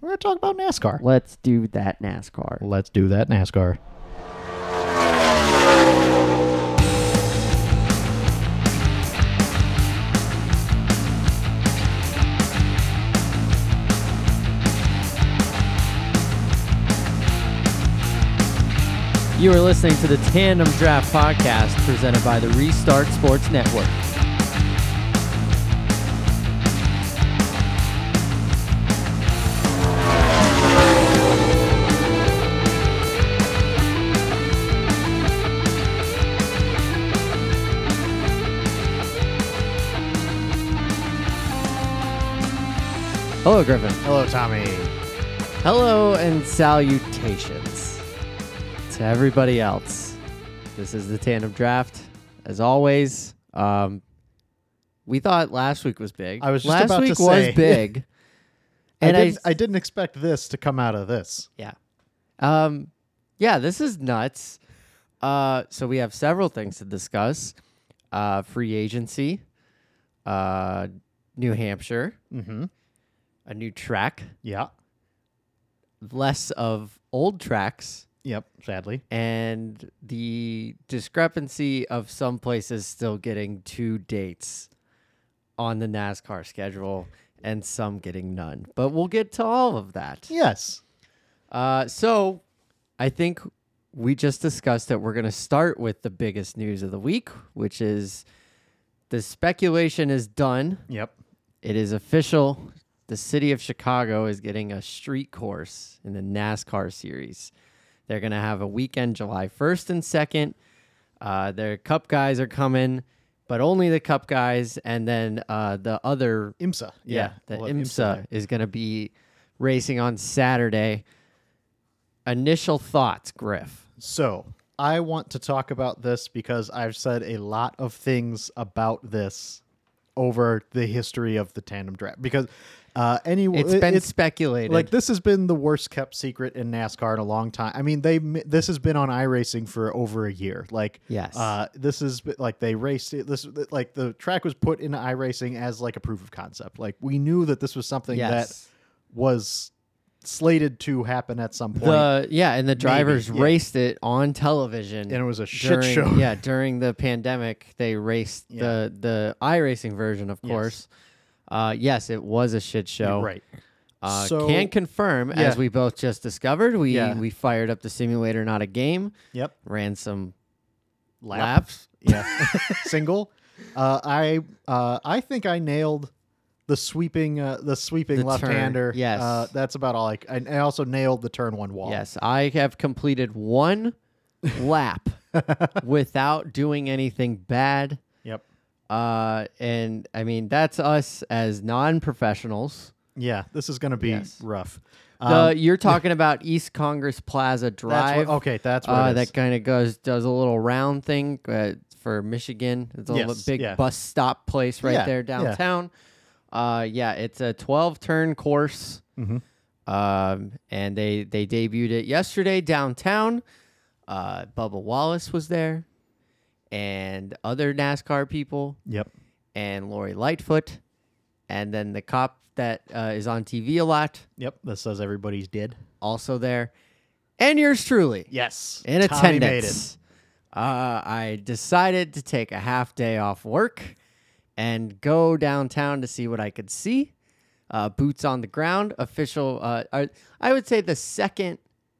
We're going to talk about NASCAR. Let's do that NASCAR. Let's do that NASCAR. You are listening to the Tandem Draft Podcast presented by the Restart Sports Network. Hello, Griffin. Hello, Tommy. Hello and salutations to everybody else. This is the tandem draft, as always. Um, we thought last week was big. I was just last about to week was say. big, and I, I, didn't, I didn't expect this to come out of this. yeah, um, yeah, this is nuts. Uh, so we have several things to discuss: uh, free agency, uh, New Hampshire, Mm-hmm. a new track, Yeah. less of old tracks. Yep. Sadly. and the discrepancy of some places still getting two dates on the NASCAR schedule and some getting none. But we'll get to all of that. Yes. Uh, so I think we just discussed that we're going to start with the biggest news of the week, which is the speculation is done. Yep. It is official. The city of Chicago is getting a street course in the NASCAR series. They're going to have a weekend July 1st and 2nd. Uh, their cup guys are coming, but only the cup guys. And then uh, the other, IMSA. yeah, the we'll have IMSA there. is going to be racing on Saturday. Initial thoughts, Griff. So I want to talk about this because I've said a lot of things about this over the history of the tandem draft. Because uh, anyone, It's been speculated. like this has been the worst kept secret in NASCAR in a long time. I mean, they this has been on iRacing for over a year. Like, Yes. uh, this is like they raced it. This like the track was put into iRacing as like a proof of concept. Like we knew that this was something Yes. that was slated to happen at some point. the yeah, and the drivers yeah. raced it on television, and it was a shit during- show. Yeah, during the pandemic, they raced Yeah. the the iRacing version, of Yes. course. Uh, yes, it was a shit show. Right. Uh, So- can confirm, as Yeah. we both just discovered, we Yeah. we fired up the simulator, not a game. Yep. Ran some Lap. laps. Yeah. Single. Uh, I uh, I think I nailed the sweeping uh, the sweeping The turn, left-hander. yes. Uh, that's about all. I, I I also nailed the turn one wall. Yes, I have completed one lap without doing anything bad. Yep. Uh, and I mean that's us as non-professionals. Yeah, this is going to be Yes. rough. The- Um, you're talking about East Congress Plaza that's Drive. what, okay, that's what uh, it is. that kind of goes does a little round thing uh, for Michigan. It's a little Yes, big yeah. bus stop place right Yeah, there yeah. downtown. Uh, yeah, it's a 12 turn course. Mhm. Um, and they they debuted it yesterday downtown. Uh, Bubba Wallace was there, and other NASCAR people, Yep. and Lori Lightfoot, and then the cop that uh, is on TV a lot Yep. That says everybody's dead. also there, and yours truly Yes. in Tommy made attendance. Uh, I decided to take a half day off work and go downtown to see what I could see. Uh, boots on the ground, official. Uh, are- I would say the second,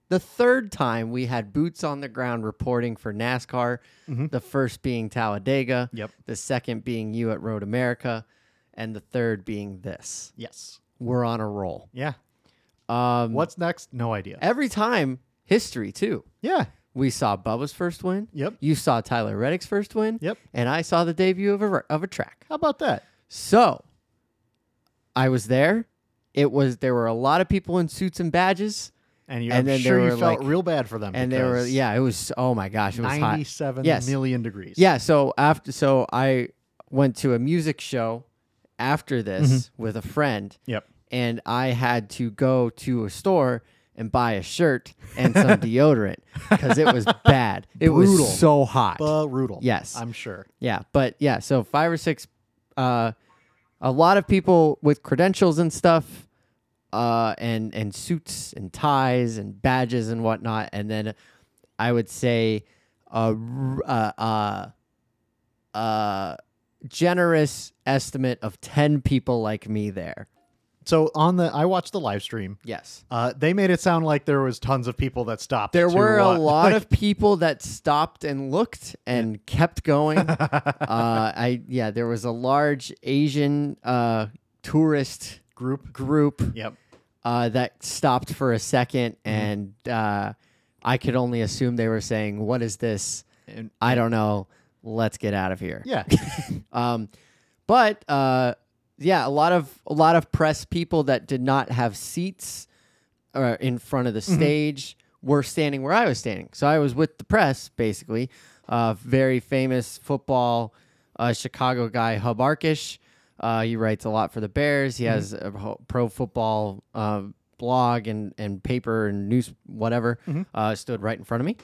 the third time we had boots on the ground reporting for NASCAR. The first being Talladega. Yep. The second being you at Road America, and the third being this. it. Yes. We're on a roll. Yeah. Um, What's next? No idea. every time history too. Yeah. We saw Bubba's first win. Yep. You saw Tyler Reddick's first win. Yep. And I saw the debut of a of a track. How about that? So I was there. It was there were a lot of people in suits and badges, And, you, And I'm then sure there you were, felt like- real bad for them. and there were because yeah. It was oh my gosh, it was hot. 97 Yes. million degrees. Yeah. So after so I went to a music show after this Mm-hmm. with a friend. Yep. and I had to go to a store and buy a shirt and some deodorant because it was bad. It Brutal. was so hot. Brutal. Yes. I'm sure. yeah, but yeah, so five or six, uh, a lot of people with credentials and stuff. uh, and and suits and ties and badges and whatnot, and then I would say a r- uh, uh, uh, generous estimate of ten people like me there. So on the, I watched the live stream. Yes, Uh, they made it sound like there was tons of people that stopped. there to were a watch. lot of people that stopped and looked and kept going. uh, I yeah, there was a large Asian uh, tourist group group Yep. uh, that stopped for a 2nd and uh, I could only assume they were saying, "What is this? And I don't know. Let's get out of here." yeah, Um, but uh, yeah, a lot of a lot of press people that did not have seats uh, in front of the stage were standing where I was standing. So I was with the press basically. Uh, very famous football uh, Chicago guy, Hub Arkish. Uh, he writes a lot for the Bears. He has a ho- pro football uh, blog and, and paper and news whatever. Uh, stood right in front of me.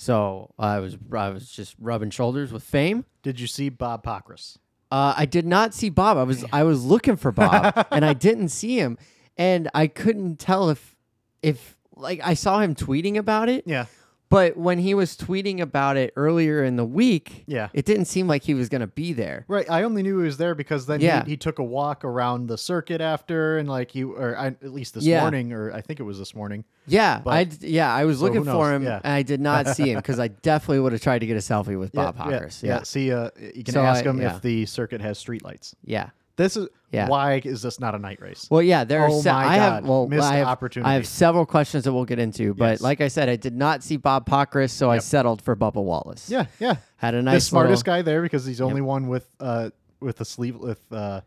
So I was I was just rubbing shoulders with fame. did you see Bob Pockris? Uh, I did not see Bob. I was I was looking for Bob and I didn't see him, and I couldn't tell if if like I saw him tweeting about it, Yeah, but when he was tweeting about it earlier in the week, Yeah. it didn't seem like he was gonna be there. right. I only knew he was there because then Yeah. he, he took a walk around the circuit after, and like you, or I, at least this Yeah. morning, or I think it was this morning. Yeah, But- I d- yeah I was So looking who for knows? him Yeah. and I did not see him because I definitely would have tried to get a selfie with Bob yeah, Hockers. yeah, Yeah, yeah. See, uh, you can So ask I- him yeah. if the circuit has streetlights. yeah. This is Yeah. why is this not a night race? Well, yeah, there are. Oh se- my I have God, well, missed I have, opportunity. I have several questions that we'll get into, but Yes. like I said, I did not see Bob Pockris, so I settled for Bubba Wallace. yeah, yeah. had a the nice smartest little- guy there because he's the only one with uh with a sleeve with uh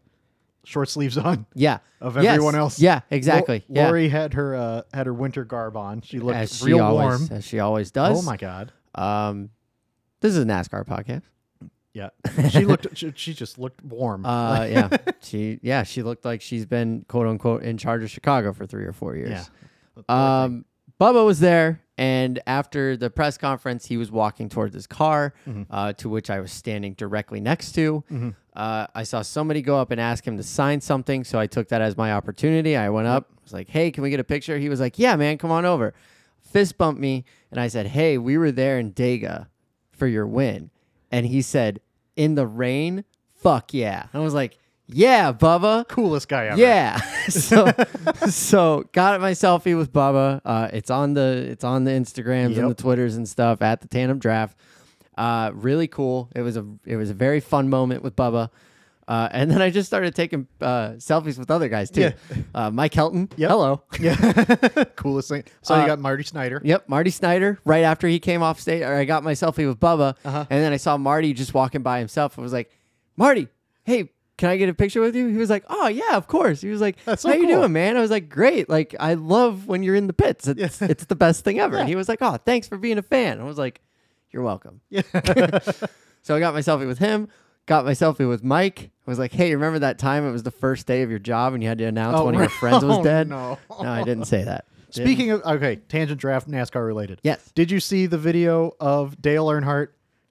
short sleeves on. Yeah, of Yes. everyone else. Yeah, exactly. Lo- yeah, Lori had her uh, had her winter garb on. She looked as she real always warm. as she always does. Oh my god. Um, this is a NASCAR podcast. Yeah. She looked she, she just looked warm. Uh, yeah, she yeah she looked like she's been quote unquote in charge of Chicago for three or four years. yeah. Um, Bubba was there, and after the press conference, he was walking towards his car, uh, to which I was standing directly next to. Uh, I saw somebody go up and ask him to sign something, so I took that as my opportunity. I went up, was like, "Hey, can we get a picture?" He was like, "Yeah, man, come on over." Fist bumped me, and I said, "Hey, we were there in Dega for your win," and he said, "In the rain, fuck yeah!" And I was like, "Yeah, Bubba." Coolest guy ever. Yeah. so so got my selfie with Bubba. Uh, it's on the it's on the Instagrams and the Yep. Twitters and stuff at the Tandem Draft. Uh, really cool. It was a it was a very fun moment with Bubba. Uh, and then I just started taking uh, selfies with other guys too. Yeah. Uh, Mike Helton. Yep. Hello. Yeah. Coolest thing. So Uh, you got Marty Snyder. Yep, Marty Snyder. Right after he came off stage, or I got my selfie with Bubba, Uh-huh. and then I saw Marty just walking by himself. I was like, "Marty, hey, can I get a picture with you?" He was like, "Oh yeah, of course." He was like, That's so "How you cool. doing, man?" I was like, "Great. Like, I love when you're in the pits. It's Yeah. it's the best thing ever." And he was like, "Oh, thanks for being a fan." I was like, "You're welcome." Yeah. So I got my selfie with him. Got my selfie with Mike. I was like, "Hey, remember that time? It was the first day of your job, and you had to announce Oh, one of your right. friends was Oh, dead." no. I didn't say that. Speaking of okay, tangent draft NASCAR related. Yes. Did you see the video of Dale Earnhardt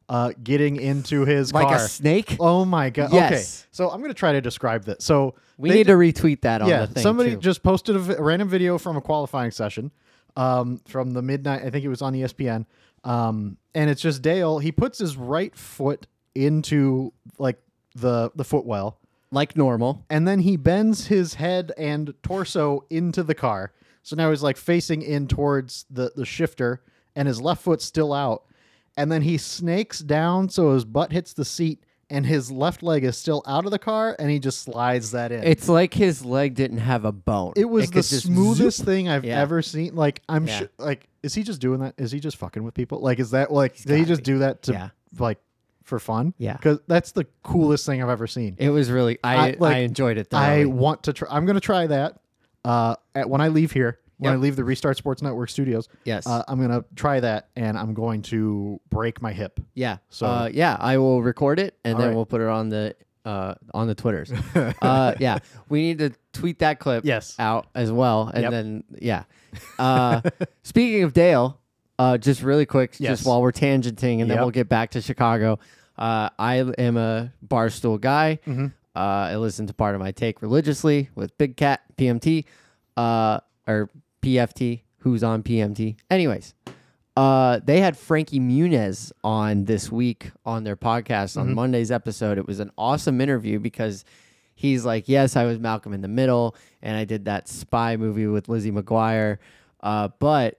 uh, getting into his like car? a snake. Oh my god. Yes. Okay. So I'm gonna try to describe this. So We they need to retweet that on yeah, the thing. somebody too. just posted a, vi- a random video from a qualifying session um, from the midnight. I think it was on E ESPN, um, and it's just Dale. He puts his right foot into like the the footwell, like normal. and then he bends his head and torso into the car. So now he's like facing in towards the the shifter, and his left foot's still out. And then he snakes down so his butt hits the seat, and his left leg is still out of the car, and he just slides that in. It's like his leg didn't have a bone. It was the could just smoothest zoop. thing I've Yeah. ever seen. Like I'm Yeah. sure, like is he just doing that? Is he just fucking with people? Like is that like did he gotta just do that to Yeah. like for fun? Yeah. because that's the coolest thing I've ever seen. It was really. I I, I, like, enjoyed it. I thoroughly. want to try. I'm gonna try that. Uh, at, when I leave here, when Yep. I leave the Restart Sports Network studios, Yes. uh, I'm gonna try that, and I'm going to break my hip. yeah. So so- yeah, I will record it and then right. we'll put it on the uh on the twitters. uh yeah, we need to tweet that clip. Yes. out as well, and Yep. then yeah. Uh, speaking of Dale, uh, just really quick, Yes. just while we're tangenting, and then Yep. we'll get back to Chicago. Uh, I am a barstool guy. Uh, I listen to part of my take religiously with Big Cat PMT. uh, or PFT, who's on PMT. Anyways, uh, they had Frankie Muniz on this week on their podcast on Monday's episode. It was an awesome interview because he's like, Yes, I was Malcolm in the Middle and I did that spy movie with Lizzie McGuire. Uh, but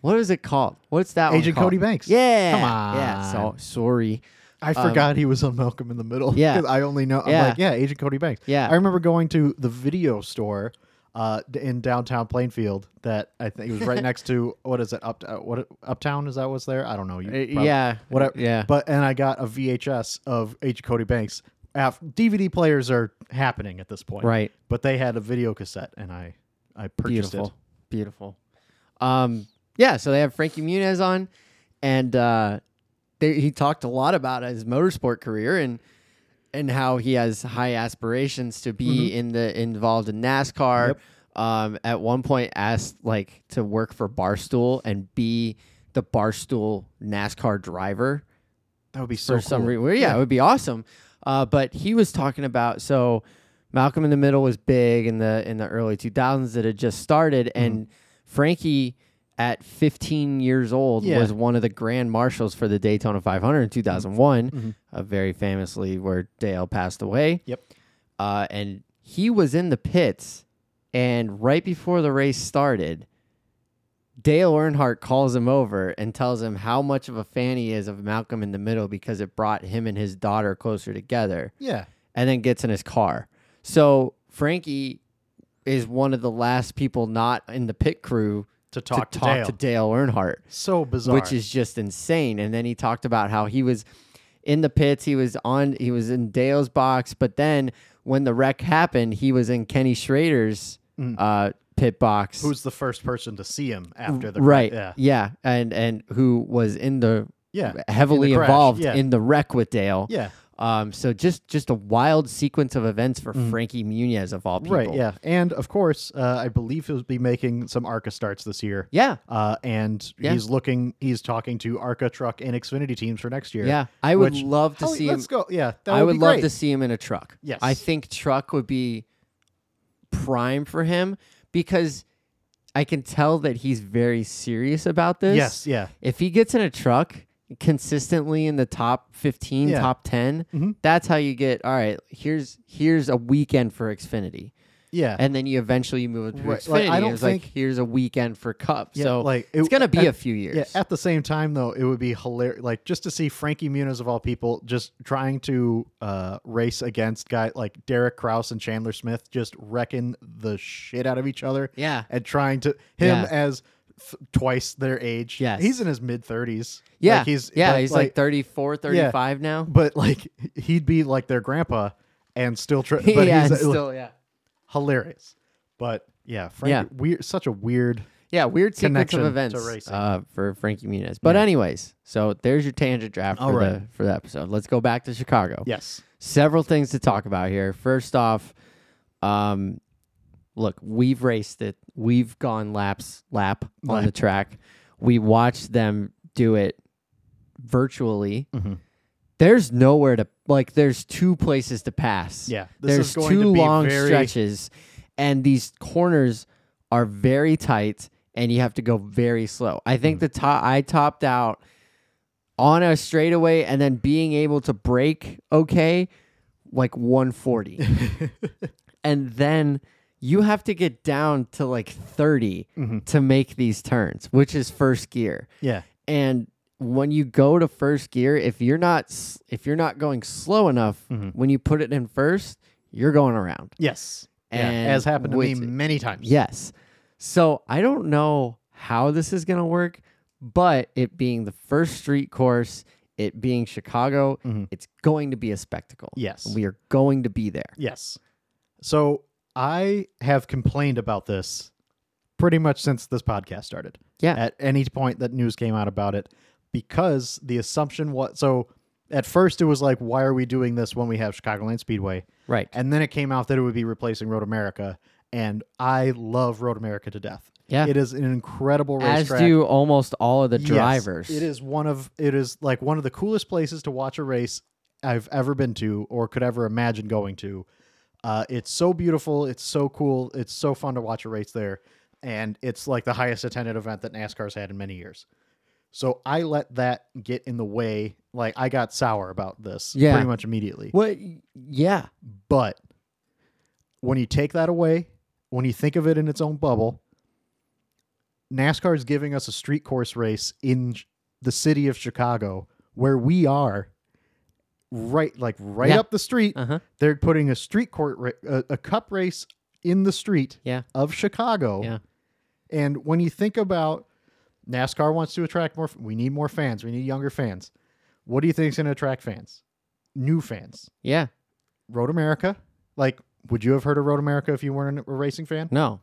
what is it called? What's that one? Agent called? Cody Banks. Yeah. Come on. Yeah. So sorry. I forgot he was on Malcolm in the Middle. Yeah. 'cause I only know. I'm Yeah. like, Um, yeah, Agent Cody Banks. Yeah. I remember going to the video store uh, d- in downtown Plainfield. That I think it was right next to what is it? Up uh, what Uptown is that what's there? I don't know. You probably- yeah. Whatever. Yeah. But and I got a VHS of Agent Cody Banks. Af- DVD players are happening at this point, Right. But they had a video cassette, and I I purchased beautiful beautiful um yeah so they have frankie muniz on and uh they, he talked a lot about his motorsport career and and how he has high aspirations to be Mm-hmm. in the involved in nascar um at one point asked like to work for barstool and be the barstool nascar driver it. That would be so for some cool. reason. yeah, it would be awesome. Uh, but he was talking about so Malcolm in the Middle was big in the in the early 2000s that had just started, Mm-hmm. and Frankie at 15 years old Yeah. Mm-hmm. was one of the grand marshals for the Daytona 500 in 2001, uh, very famously where Dale passed away. Yep. Uh, and he was in the pits, and right before the race started. Dale Earnhardt calls him over and tells him how much of a fan he is of Malcolm in the Middle because it brought him and his daughter closer together Yeah. and then gets in his car. So Frankie is one of the last people not in the pit crew To talk to to, talk Dale. to Dale Earnhardt so bizarre. which is just insane. And then he talked about how he was in the pits, he was on, he was in Dale's box, but then when the wreck happened, he was in Kenny Schrader's uh, pit box, Mm. who's the first person to see him after the right? Yeah. and and who was in the Yeah. in the heavily crash, involved yeah. in the wreck with Dale. Yeah. Um, so just just a wild sequence of events for Frankie Muniz of all people. Mm-hmm. Right. Yeah. And of course, uh, I believe he'll be making some ARCA starts this year. Yeah. Uh, and Yeah. he's looking. He's talking to ARCA truck and Xfinity teams for next year. Yeah. I would Which- love to Hell, see him Let's go. Yeah. That I would be love great. to see him in a truck. Yes. I think truck would be prime for him because I can tell that he's very serious about this. Yes. Yeah. If he gets in a truck consistently in the top 15, Yeah. Mm-hmm. top 10, that's how you get all right, here's here's a weekend for Xfinity. Yeah. And then you eventually move it to Right, Xfinity. like, I and don't it's like think- here's a weekend for Cup. Yeah, so like, it's it- gonna be at- a few years. yeah. At the same time, though, it would be hilarious. Like just to see Frankie Muniz of all people just trying to uh, race against guy like Derek Kraus and Chandler Smith, just wrecking the shit out of each other. Yeah. And trying to him Yeah. as f- twice their age. Yes. He's in his mid thirties. yeah, Like he's yeah, but, he's like, 34, 35 now. but like he'd be like their grandpa and still try but yeah, he's uh, and like, still, yeah. hilarious but yeah frank Yeah. weird such a weird Yeah, weird sequence connection of to events racing. uh, for Frankie Muniz. But anyways, so there's your tangent draft All for right. the for the episode. Let's go back to Chicago. yes Several things to talk about here. First off, um, look, we've raced it. We've gone laps lap on the track. We watched them do it virtually. There's nowhere to like. There's two places to pass. yeah this There's is going two to be long very, stretches, and these corners are very tight, and you have to go very slow. I Hmm. think the top I topped out on a straightaway, and then being able to break okay, like 140, and then you have to get down to like 30 Mm-hmm. to make these turns, which is first gear yeah and when you go to first gear if you're not s- if you're not going slow enough Mm-hmm. when you put it in first you're going around yes And yeah, as happened to me with- many times yes so i don't know how this is going to work but it being the first street course it being chicago it's going to be a spectacle Mm-hmm. Yes. we are going to be there yes so i have complained about this pretty much since this podcast started yeah at any point that news came out about it because the assumption was so at first it was like why are we doing this when we have chicagoland speedway right And then it came out that it would be replacing Road America. And I love Road America to death. Yeah. It is an incredible as racetrack. do almost all of the Yes. drivers It is one of it is like one of the coolest places to watch a race I've ever been to or could ever imagine going to. Uh, it's so beautiful. It's so cool. It's so fun to watch a race there. And it's like the highest attended event that NASCAR's had in many years. So I let that get in the way. Like I got sour about this Yeah. pretty much immediately. What? Yeah. But when you take that away, when you think of it in its own bubble, NASCAR is giving us a street course race in ch- the city of Chicago where we are right like right Yeah. up the street. Uh huh. They're putting a street court ra- a, a cup race in the street Yeah. of Chicago. Yeah. And when you think about NASCAR wants to attract more f- we need more fans, we need younger fans. What do you think is going to attract fans? New fans. Yeah. Road America. Like, would you have heard of Road America if you weren't a racing fan? No.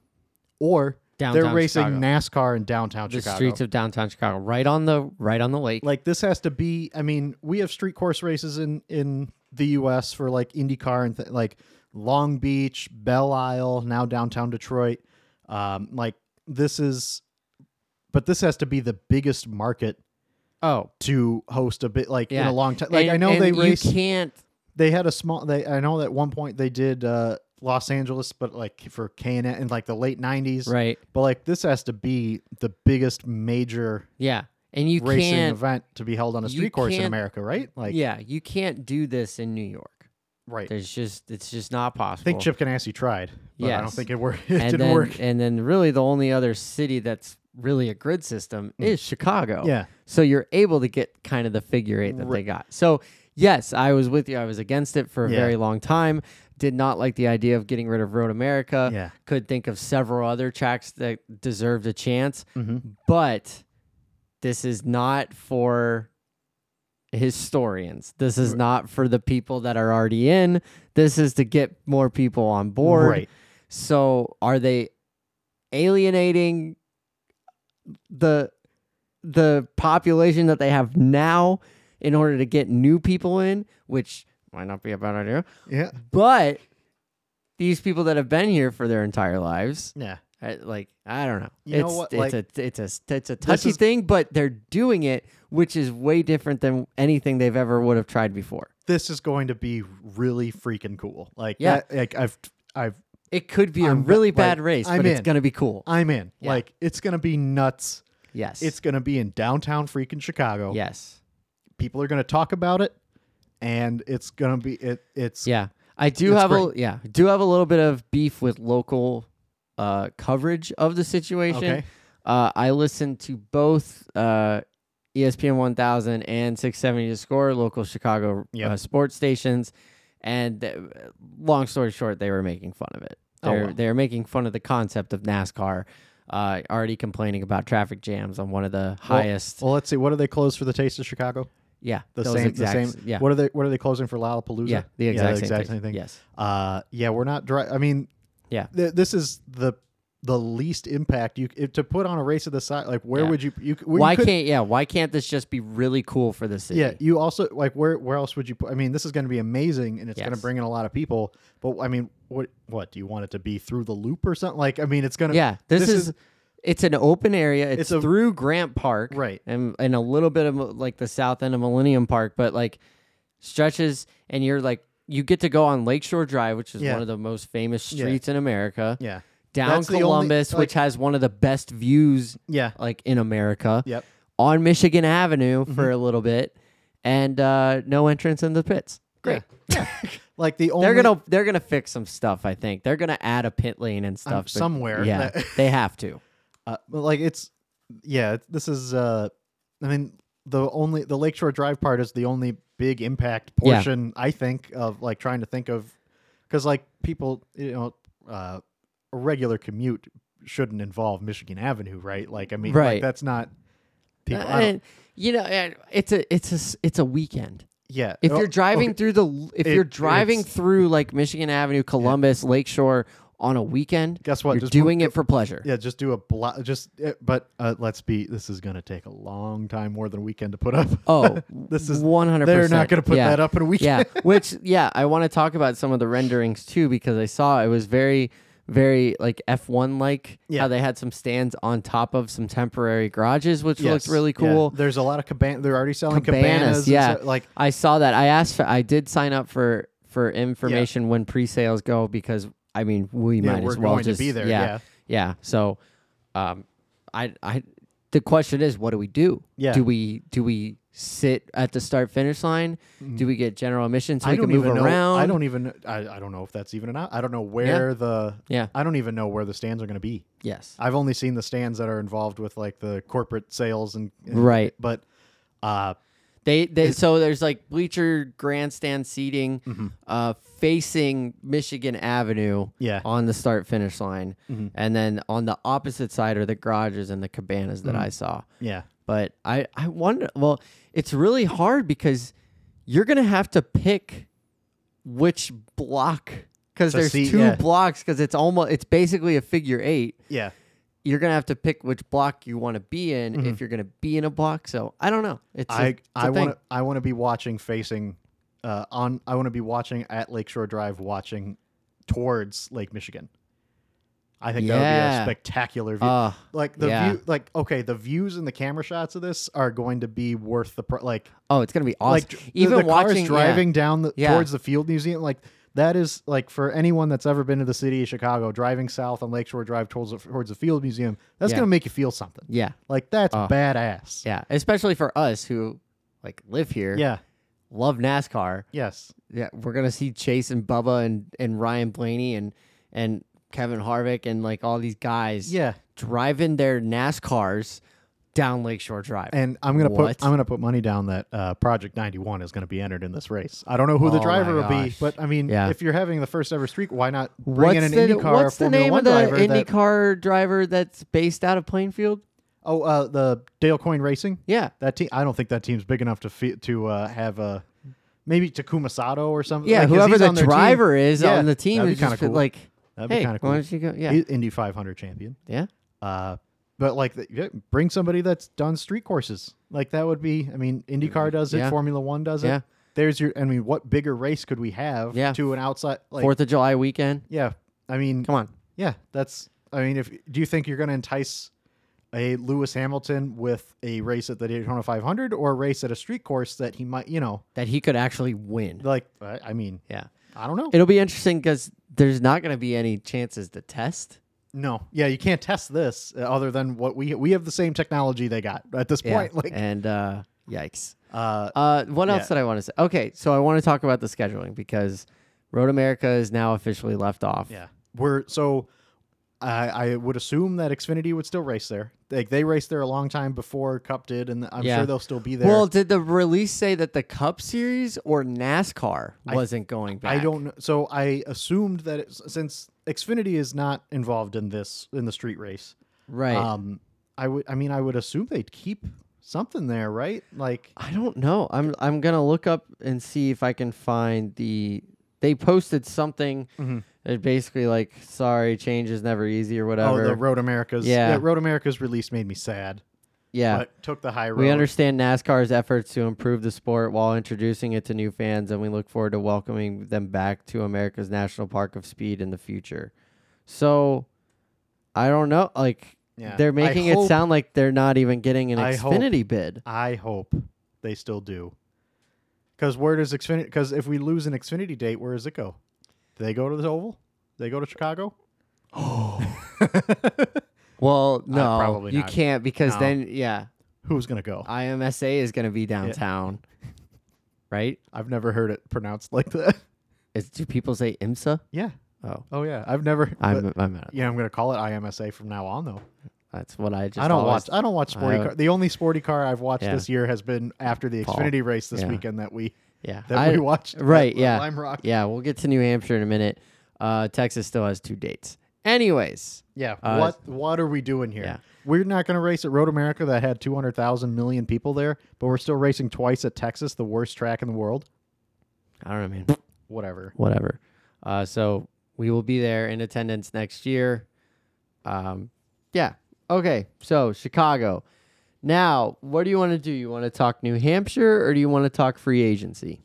Or Downtown they're racing Chicago. NASCAR in downtown the Chicago. streets of downtown Chicago, right on the right on the lake. like this has to be. I mean, we have street course races in in the U.S. for like IndyCar and th- like Long Beach, Belle Isle, now downtown Detroit. Um, like this is, but this has to be the biggest market oh, to host a bit like in a Yeah. long time. Like I And- know and they you race. can't. they had a small they i know at one point they did uh los angeles but like for k and in like the late 90s Right. but like this has to be the biggest major Yeah. And you racing can't. event to be held on a you street course in can't- america right like yeah, you can't do this in New York. right i There's just it's just not possible. think chip ganassi tried but i don't Yes. think it worked it and didn't then, work And then really the only other city that's really a grid system is Chicago. Hmm. yeah So you're able to get kind of the figure eight that Ri- they got. So yes, I was with you. I was against it for a Yeah. very long time. Did not like the idea of getting rid of Road America. Yeah. Could think of several other tracks that deserved a chance, hmm but this is not for historians. This is not for the people that are already in. This is to get more people on board. right So are they alienating the the population that they have now in order to get new people in, which might not be a bad idea. yeah But these people that have been here for their entire lives, yeah I, like I don't know. You know it's what, it's like- a it's a it's a touchy is- thing, but they're doing it, which is way different than anything they've ever would have tried before. this is going to be really freaking cool like Yeah. that- like i've i've It could be I'm a re- really like, bad race, I'm but it's in. gonna be cool. i'm in Yeah. like it's gonna be nuts yes. it's gonna be in downtown freaking chicago yes. people are going to talk about it and it's going to be it it's Yeah, I do It's have a yeah I do have a little bit of beef with local uh, coverage of the situation. okay Uh, I listened to both uh, ESPN 1000 and 670 to score local Chicago Yep. uh, sports stations, and th- long story short, they were making fun of it. Oh, They're wow. they're making fun of the concept of NASCAR. Uh, already complaining about traffic jams on one of the highest. well let's see what are they closed for the taste of chicago yeah, the those same exact- the same Yeah, what are they what are they closing for lollapalooza yeah, the exact, same, exact thing. same thing Yes, uh yeah we're not dry i mean Yeah. th- this is the the least impact you if, to put on a race of the side like where Yeah. would you you c- well, you why could- can't yeah? Why can't this just be really cool for the city? yeah you also like where where else would you put i mean this is going to be amazing and it's going Yes. to bring in a lot of people but i mean what what do you want it to be through the loop or something like i mean it's going to yeah. This, this is, is- it's an open area. It's, It's a- through Grant Park, Right. and and a little bit of like the south end of Millennium Park, but like stretches, and you're like you get to go on Lakeshore Drive, which is Yeah. one of the most famous Yeah. streets in America. yeah Down That's the only- Columbus, like- which has one of the best views yeah like in America. Yep. On Michigan Avenue Mm-hmm. for a little bit, and uh, no entrance in the pits. Great. Like the only They're gonna they're gonna fix some stuff. I think they're gonna add a pit lane and stuff um, but- somewhere. Yeah, that- they have to. uh, but, like it's yeah. it- This is uh, I mean the only the Lakeshore Drive part is the only big impact Yeah. portion I think of like trying to think of because like people you know uh, a regular commute shouldn't involve Michigan Avenue, right? Like I mean, like, Right. Uh, that's not people. I don't- And, Uh, you know, and it's a it's a s- it's a weekend. yeah, If Oh, you're driving okay, through the l- if It- you're driving it's- through like Michigan Avenue, Columbus, Lakeshore on a weekend, guess what? you're Just doing it for pleasure. Yeah, just do a block. Just, uh, but uh, let's be. This is gonna take a long time, more than a weekend to put up. Oh, This is- one hundred. they're not gonna put that up in a Yeah, weekend. which yeah, I want to talk about some of the renderings too because I saw it was very, very like F one like. Yeah. How they had some stands on top of some temporary garages, which Yes, looked really yeah. cool. There's a lot of cabanas. They're already selling cabanas. Cabanas, and yeah. so- like I saw that. I asked for. I did sign up for for information when pre-sales go because I mean we Yeah, might we're as well going to just be there, yeah. yeah, yeah. So, um, I I the question is, what do we do? Yeah. Do we do we sit at the start finish line? Do we get general admission so Mm-hmm. I we don't can move even around? know. I don't even. I, I don't know if that's even an. op- I don't know where the. Yeah. I don't even know where the stands are going to be. Yes. I've only seen the stands that are involved with like the corporate sales and, and- Right. But uh, They, they so there's like bleacher grandstand seating Mm-hmm. uh, facing Michigan Avenue Yeah. on the start finish line, Mm-hmm. and then on the opposite side are the garages and the cabanas that Mm-hmm. I saw. yeah, But I I wonder. Well, it's really hard because you're gonna have to pick which block because To there's see- two yeah. blocks because it's almost it's basically a figure eight. yeah. You're gonna have to pick which block you want to be in if you're gonna be in a block. So I don't know. It's I Mm-hmm. I I want to I want to be watching facing uh, on. I want to be watching at Lakeshore Drive, watching towards Lake Michigan. I think that would be Yeah. a spectacular view. Uh, like the yeah. view, like okay, the views and the camera shots of this are going to be worth the pr- like. Oh, it's gonna be awesome. like dr- the, the cars driving down the, Yeah. towards the field museum like that is like for anyone that's ever been to the city of chicago driving south on lakeshore drive towards the, towards the field museum that's Yeah. gonna make you feel something yeah, like that's Oh. badass yeah, especially for us who like live here, yeah love NASCAR. yes Yeah, we're gonna see Chase and Bubba and and Ryan Blaney and and Kevin Harvick and like all these guys, yeah driving their NASCARs down Lakeshore Drive. and i'm gonna What? put i'm gonna put money down that uh, project 91 is gonna be entered in this race i don't know who the Oh driver my will be gosh. but i mean Yeah. if you're having the first ever streak why not bring in an indycar what's the formula name one of the driver that- IndyCar driver that's based out of Plainfield? oh uh, the dale coyne racing Yeah, That team, I don't think that team's big enough to fe- to uh, have a maybe Takuma Sato or something. yeah, Like, 'cause whoever he's the on their team. driver is Yeah, on the team that'd is be kind just of cool. like, That'd be hey, kind of why cool. don't you go? Yeah, He's Indy 500 champion. yeah. Uh, but like, the, yeah, bring somebody that's done street courses. Like that would be. I mean, IndyCar does it. Yeah. Formula One does it. Yeah. There's your. I mean, what bigger race could we have? Yeah. To an outside. Like, Fourth of July weekend. Yeah. I mean, Come on. yeah. That's. I mean, if do you think you're going to entice a Lewis Hamilton with a race at the Daytona 500 or a race at a street course that he might, you know, That he could actually win. like I, I mean, Yeah. I don't know. It'll be interesting because there's not going to be any chances to test. no, yeah, you can't test this uh, other than what we we have the same technology they got at this point. Like, and uh, yikes. uh, Uh, what Yeah. else did I want to say? Okay. So I want to talk about the scheduling because Road America is now officially left off. yeah, we're so. I, I would assume that Xfinity would still race there. Like they raced there a long time before Cup did, and I'm Yeah. sure they'll still be there. Well, did the release say that the Cup Series or NASCAR wasn't going back? I don't know. So I assumed that it's, since Xfinity is not involved in this in the street race, Right. um, I would. I mean, I would assume they'd keep something there, right? Like, I don't know. I'm I'm gonna look up and see if I can find the. They posted something. that basically like, sorry, change is never easy or whatever. Mm-hmm. oh, the Road America's. Yeah. Road America's release made me sad. yeah, but took the high road. we understand NASCAR's efforts to improve the sport while introducing it to new fans, and we look forward to welcoming them back to America's National Park of Speed in the future. So, I don't know. Like, Yeah. I they're making it hope- sound like they're not even getting an I hope- Xfinity bid. I hope they still do. Because where does Xfinity? Because if we lose an Xfinity date, where does it go? Do they go to the Oval? Do they go to Chicago? Well, no, probably you not. can't because No. then, yeah, Who's gonna go? IMSA is going to be downtown, right? I've never heard it pronounced like that. Is, do people say IMSA? yeah. Oh, Oh yeah. I've never. I'm, but- I'm out. yeah, I'm gonna call it IMSA from now on though. That's what I just. I don't watch. always- I don't watch sporty I- car. The only sporty car I've watched Yeah. this year has been after the Paul. Xfinity race this Yeah. weekend that we Yeah, that I- we watched. at Right. Yeah. Lime Rock. Yeah, we'll get to New Hampshire in a minute. Uh, Texas still has two dates. Anyways, Yeah. Uh, what what are we doing here? yeah. We're not going to race at Road America that had 200,000 million people there, but we're still racing twice at Texas, the worst track in the world. I don't know, man. Whatever. Whatever. Uh, so we will be there in attendance next year. Um, yeah. Okay. So Chicago. Now, what do you want to do? You want to talk New Hampshire or do you want to talk free agency?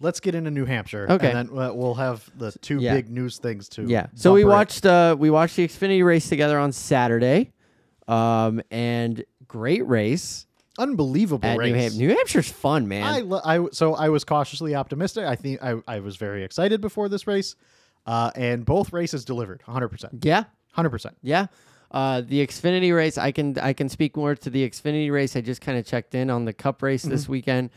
Let's get into New Hampshire. Okay. And then uh, we'll have the two yeah. big news things too. Yeah. So we watched uh, we watched the Xfinity race together on Saturday, um, and great race. unbelievable at race. New Hampshire. New Hampshire's fun, man. I, lo- I so I was cautiously optimistic. I think I, I was very excited before this race, uh, and both races delivered 100 percent, yeah, 100 percent. yeah. Uh, the Xfinity race, I can I can speak more to the Xfinity race. I just kind of checked in on the Cup race Mm-hmm. this weekend,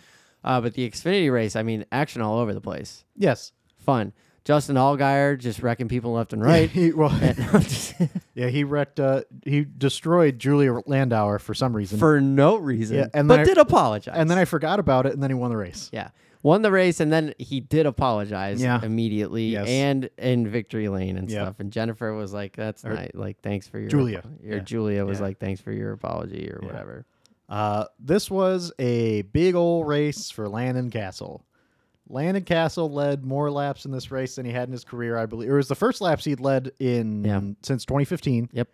uh, but the Xfinity race, I mean, action all over the place. Yes, Fun. Justin Allgaier just wrecking people left and right. He, well, And I'm just- yeah, he wrecked. Uh, he destroyed Julia Landauer for some reason, for no reason, Yeah, and but then I- did apologize. and then I forgot about it, and then he won the race. yeah, won the race, and then he did apologize Yeah. immediately Yes. and in victory lane and Yeah. stuff. And Jennifer was like, "That's nice. Like, thanks for your Julia. apo- Or Yeah. Julia was Yeah. like, "Thanks for your apology" or whatever. Uh, this was a big old race for Landon Castle. Landon Castle led more laps in this race than he had in his career, I believe. It was the first laps he'd led in Yeah. since 2015. Then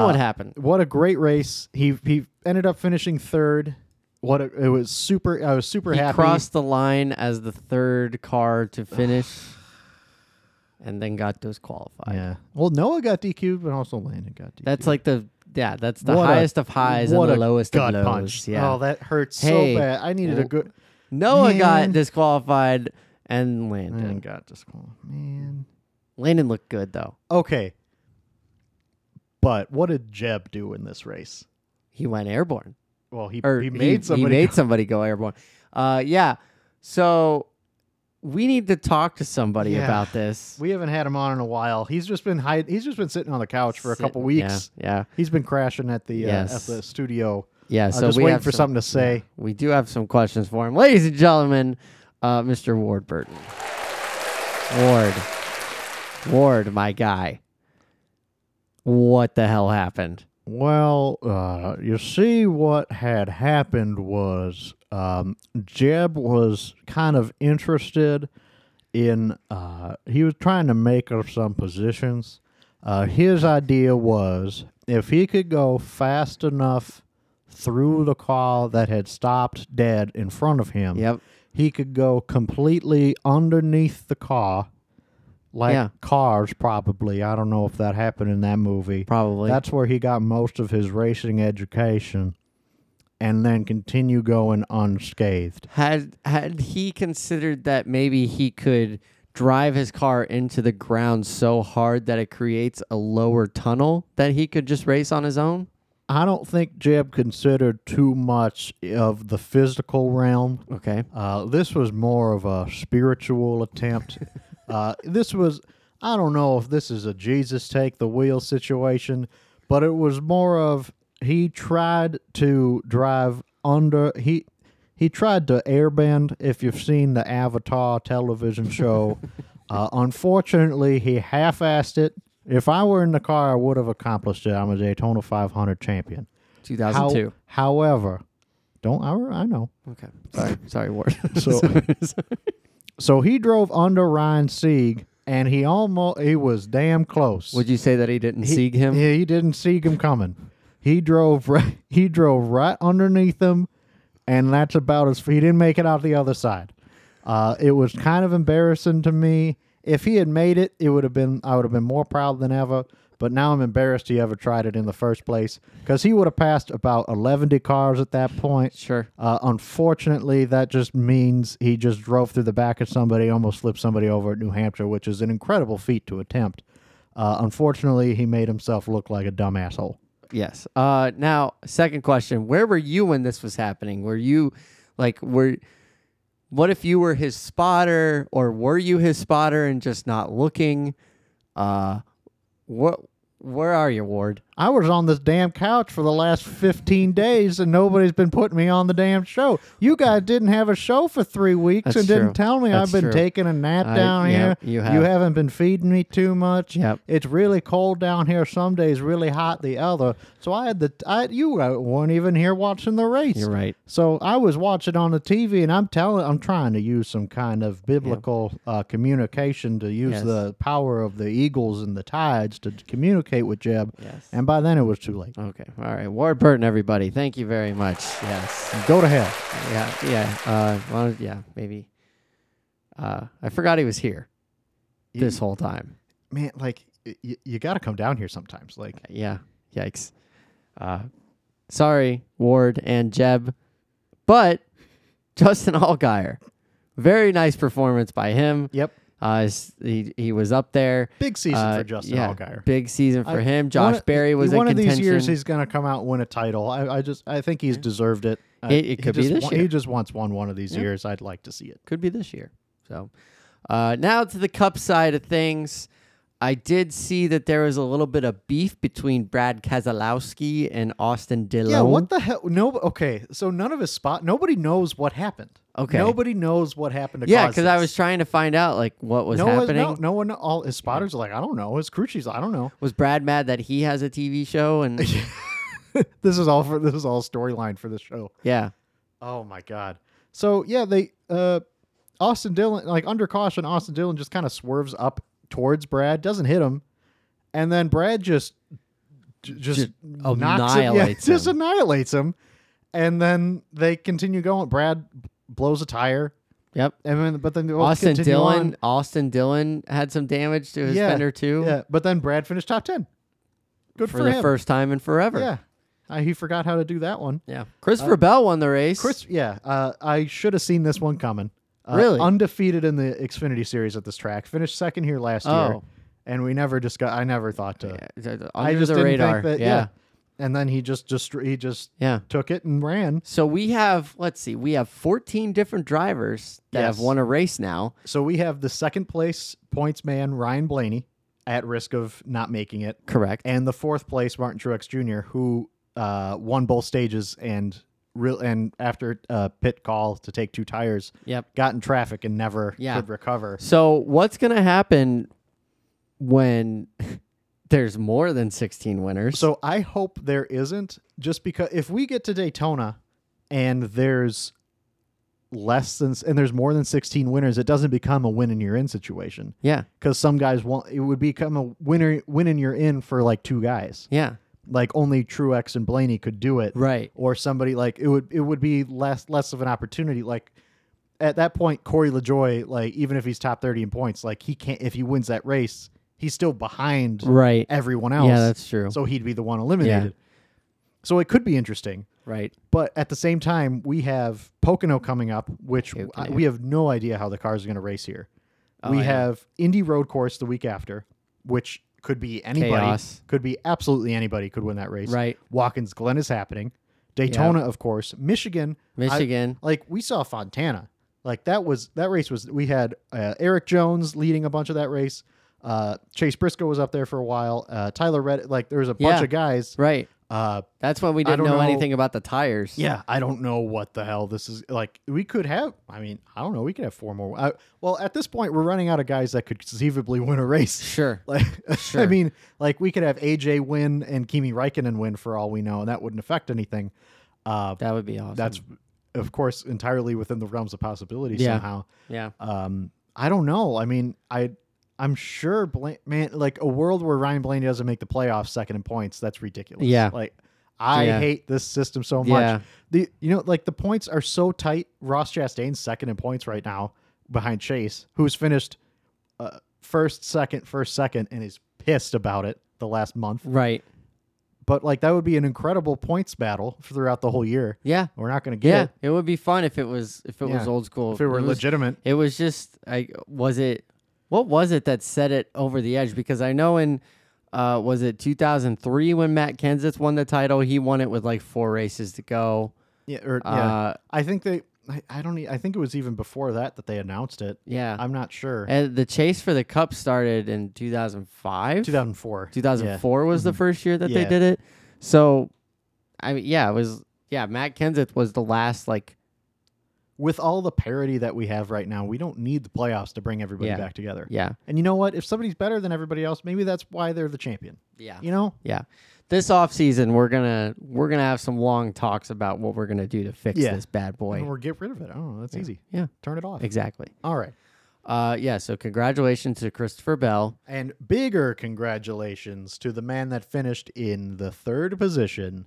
what Uh, happened? What a great race! He he ended up finishing third. What a, it was super. I was super He happy. crossed the line as the third car to finish, and then got disqualified. Yeah. Well, Noah got DQ'd, but also Landon got DQ'd. Oh, That's like the yeah. That's the What a- highest of highs and what a the lowest of gut lows. punch. Yeah. Oh, that hurts Hey, so bad. I needed a w- good. Noah Man. Mm. got disqualified and Landon. Man, got disqualified. Man. Landon looked good though. Okay. But what did Jeb do in this race? He went airborne. Well, he Or he made somebody. Er, made somebody go airborne. Uh yeah. So we need to talk to somebody Yeah. about this. we haven't had him on in a while. He's just been hide- He's just been sitting on the couch for a couple Sit- yeah, weeks. Yeah. Yeah. He's been crashing at the uh, at Yes. the studio. Uh, so just we waiting have for some- something to say. We do have some questions for him. Ladies and gentlemen, uh, Mr. Ward Burton. Ward. Ward, my guy. What the hell happened? Well, uh, you see, what had happened was um, Jeb was kind of interested in, uh, he was trying to make up some positions. Uh, his idea was if he could go fast enough through the car that had stopped dead in front of him, Yep. he could go completely underneath the car, like Yeah. cars probably. I don't know if that happened in that movie. Probably. That's where he got most of his racing education and then continue going unscathed. Had had he considered that maybe he could drive his car into the ground so hard that it creates a lower tunnel that he could just race on his own? I don't think Jeb considered too much of the physical realm. Okay. Uh, this was more of a spiritual attempt. uh, this was, I don't know if this is a Jesus take the wheel situation, but it was more of he tried to drive under he. He tried to airbend. If you've seen the Avatar television show, uh, unfortunately, he half-assed it. If I were in the car, I would have accomplished it. I'm a Daytona 500 champion. 2002. however, don't I, I know. okay. Sorry. Sorry, Ward. So- So he drove under Ryan Sieg, and he almost he was damn close. Would you say that he didn't he, see him? Yeah, he didn't see him coming. He drove right. He drove right underneath him, and that's about as. He didn't make it out the other side. Uh, it was kind of embarrassing to me. If he had made it, it would have been. I would have been more proud than ever. But now I'm embarrassed he ever tried it in the first place because he would have passed about 11 cars at that point. Sure. Uh, unfortunately, that just means he just drove through the back of somebody, almost flipped somebody over at New Hampshire, which is an incredible feat to attempt. Uh, unfortunately, he made himself look like a dumb asshole. Yes. Uh, now, second question: Where were you when this was happening? Were you, like, were, what if you were his spotter, or were you his spotter and just not looking? Uh, what? Where are you, Ward? I was on this damn couch for the last 15 days and nobody's been putting me on the damn show. You guys didn't have a show for three weeks That's and true. didn't tell me That's I've been true. taking a nap I- down yeah, here. you have. not been feeding me too much. Yep. It's really cold down here some days, really hot the other. So I had the, I, you uh, weren't even here watching the race. You're right. So I was watching on the TV, and I'm telling, I'm trying to use some kind of biblical uh, communication to use Yes. the power of the eagles and the tides to communicate with Jeb. Yes. And by then it was too late. Okay. All right, Ward Burton, everybody. Thank you very much. Yes. Go to hell. Yeah. Yeah. Uh, well, yeah. Maybe. Uh, I forgot he was here You- this whole time. man, like y- y- you got to come down here sometimes. Like Yeah. Yikes. Uh, Sorry, Ward and Jeb. But Justin Allgaier, very nice performance by him. Yep. Uh, s- he, he was up there. Big season Uh, for Justin yeah, Allgaier. Big season for I- him. Josh One- Berry was in one contention. of these years. He's going to come out and win a title. I, I just I think he's deserved it. I- It- it he could be just this wa- year. He just wants one one of these Yeah. years. I'd like to see it. could be this year. So uh, now to the cup side of things. I did see that there was a little bit of beef between Brad Keselowski and Austin Dillon. Yeah, what the hell? No, okay. So none of his spot. Nobody knows what happened. Okay. Nobody knows what happened. To yeah, cause because I this. was trying to find out like what was no One, happening. no, no one. All his spotters are like, I don't know. His crew chiefs, I don't know. Was Brad mad that he has a TV show? And This is all for this is all storyline for this show. yeah, Oh my god. So yeah, they uh Austin Dillon like under caution, Austin Dillon just kind of swerves up towards Brad, doesn't hit him, and then Brad just j- just, Just knocks him, yeah, annihilates just him. annihilates him, and then they continue going. Brad b- blows a tire, yep. and then but then they both Austin continue Dillon. on. Austin Dillon had some damage to his Yeah, fender too. yeah. But then Brad finished top ten. Good for, for, the him. first time in forever. yeah, I, he forgot how to do that one. Yeah. Christopher Bell won the race. Chris, yeah, uh, I should have seen this one coming. Uh, Really? undefeated in the Xfinity series at this track. Finished second here last year, Oh. and we never discussed. I never thought to. yeah, uh, under I just the didn't radar. think that. yeah. and then he just just he just Yeah. took it and ran. So we have, let's see, we have 14 different drivers that have Yes. won a race now. So we have the second place points man Ryan Blaney at risk of not making it, Correct. and the fourth place Martin Truex Jr. who uh, won both stages and real and after uh, pit call to take two tires Yep. got in traffic and never Yeah. could recover. So what's going to happen when there's more than 16 winners? So I hope there isn't just because if we get to Daytona and there's less than and there's more than 16 winners, it doesn't become a win in your in situation yeah. because some guys want it would become a winner win in your in for like two guys. Yeah. Like only Truex and Blaney could do it. Right. Or somebody like it would it would be less less of an opportunity like at that point Corey LaJoy like even if he's top 30 in points like he can't if he wins that race he's still behind Right. everyone else Yeah, that's true. so he'd be the one eliminated. So it could be interesting, right. but at the same time, we have Pocono coming up, which w- I- Pocono. we have no idea how the cars are going to race here. Oh, we yeah. have Indy Road Course the week after, which could be anybody, Chaos. could be absolutely anybody could win that race. Right. Watkins Glen is happening, Daytona, of course, Michigan, I- Michigan. like we saw Fontana. Like that was that race was we had uh, Eric Jones leading a bunch of that race. Uh, Chase Briscoe was up there for a while. Uh, Tyler Reddick, like there was a bunch Yeah. of guys. right. Uh, That's when we I didn't don't know, know- anything about the tires. yeah, I don't know what the hell this is. Like we could have. I mean, I don't know. We could have four more. I, well, at this point, we're running out of guys that could conceivably win a race. Sure. Like I Sure. mean, like we could have AJ win and Kimi Raikkonen win for all we know, and that wouldn't affect anything. Uh, That would be awesome. that's of course entirely within the realms of possibility Yeah. somehow. yeah. um i don't know i mean i i'm sure Bla- man like a world where ryan blaney doesn't make the playoffs second in points that's ridiculous Yeah. like i Yeah. hate this system so much Yeah. the you know like the points are so tight ross chastain's second in points right now behind chase who's finished uh, first second first second and is pissed about it the last month Right. but like that would be an incredible points battle throughout the whole year Yeah. we're not going to Yeah. get it It would be fun if it was if it was Yeah. old school. if it were was- legitimate It was just I was it what was it that set it over the edge? Because I know in uh was it two thousand three when Matt Kenseth won the title, he won it with like four races to go. yeah or yeah Uh I think they. I, I don't. e- I think it was even before that that they announced it. yeah. I'm not sure. and the chase for the cup started in two thousand five. 2004. Two thousand four was the first year that Mm-hmm. Yeah. they did it. So I mean yeah, it was yeah, Matt Kenseth was the last like With all the parity that we have right now, we don't need the playoffs to bring everybody Yeah. back together. yeah. And you know what? If somebody's better than everybody else, maybe that's why they're the champion. Yeah. You know? Yeah. This off season we're gonna we're gonna have some long talks about what we're gonna do to fix Yeah. this bad boy. Or get rid of it. I don't know. That's easy. Yeah. Turn it off. Exactly. All right. Uh, yeah. So congratulations to Christopher Bell. And bigger congratulations to the man that finished in the third position,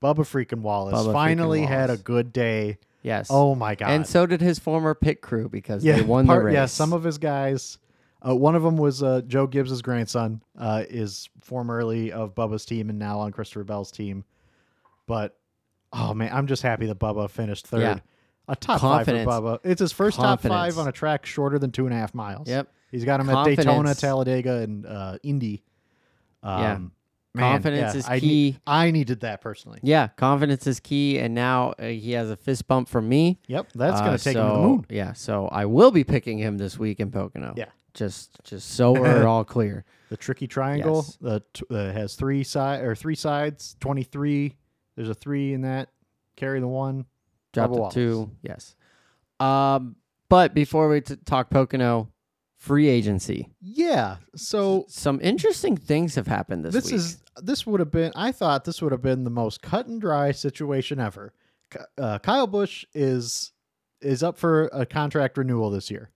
Bubba freaking Wallace. Bubba freaking finally had a Wallace. good day. Yes. Oh my God. and so did his former pit crew because they won part- the race. Yeah, some of his guys. Uh, one of them was uh, Joe Gibbs' grandson, uh, is formerly of Bubba's team and now on Christopher Bell's team. But oh man, I'm just happy that Bubba finished third. Yeah. A top Confidence. five for Bubba. It's his first top Confidence. five on a track shorter than two and a half miles. Yep. He's got him at Daytona, Confidence. Talladega, and uh, Indy. Yeah. Um, Confidence is I key. I needed that personally. Yeah, confidence is key, and now uh, he has a fist bump from me. Yep, that's Uh, going to take him to the so- moon. Yeah, so I will be picking him this week in Pocono. Yeah. just just so we're all clear. The tricky triangle Yes. the t- uh, has three side or three sides, twenty three. There's a three in that. Carry the one. Drop Bubba the Wallace. two. Yes. Um, but before we t- talk Pocono, free agency. Yeah. So Some interesting things have happened this, this week. is this would have been. I thought this would have been the most cut and dry situation ever. Ky- Uh, Kyle Bush is is up for a contract renewal this year,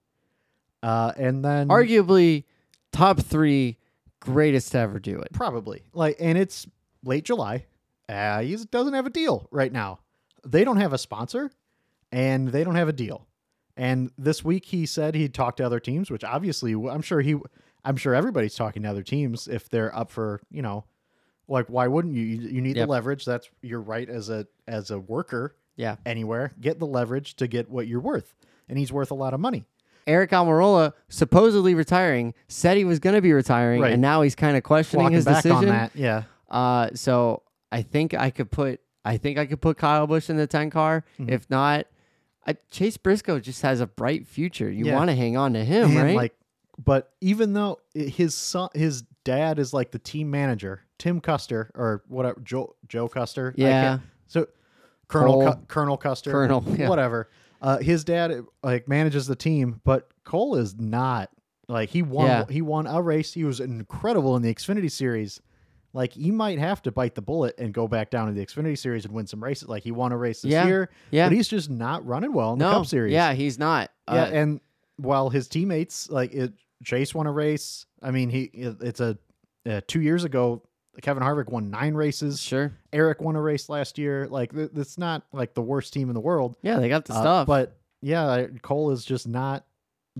uh, and then arguably top three greatest to ever do it. Probably. Like, and it's late July. Uh, he doesn't have a deal right now. They don't have a sponsor, and they don't have a deal. And this week he said he talked to other teams, which obviously I'm sure he, I'm sure everybody's talking to other teams if they're up for you know, like why wouldn't you? You, you need Yep. the leverage. That's your right as a as a worker Yeah. anywhere. Get the leverage to get what you're worth, and he's worth a lot of money. Eric Almirola supposedly retiring, said he was going to be retiring, Right. and now he's kind of questioning Walking his back decision. on that, yeah. Uh, so I think I could put I think I could put Kyle Bush in the ten car. Mm-hmm. If not, I, Chase Briscoe just has a bright future. You Yeah. want to hang on to him, And, right? Like, but even though i- his son, his dad is like the team manager, Tim Custer or whatever, Joe Joe Custer. I Yeah. can't- So Colonel Cole. Cu- Colonel Custer, Colonel, yeah. whatever. Uh, his dad like manages the team, but Cole is not. Like he won, Yeah. he won a race. He was incredible in the Xfinity series. Like he might have to bite the bullet and go back down to the Xfinity series and win some races. Like he won a race this Yeah. year, Yeah. but he's just not running well in no, the Cup Series. yeah, he's not. Yeah, Uh, and while his teammates like it, Chase won a race. I mean, he it- it's a uh, two years ago. Kevin Harvick won nine races. sure. Eric won a race last year. Like th- it's not like the worst team in the world. Yeah, they got the Uh, stuff. but yeah, I- Cole is just not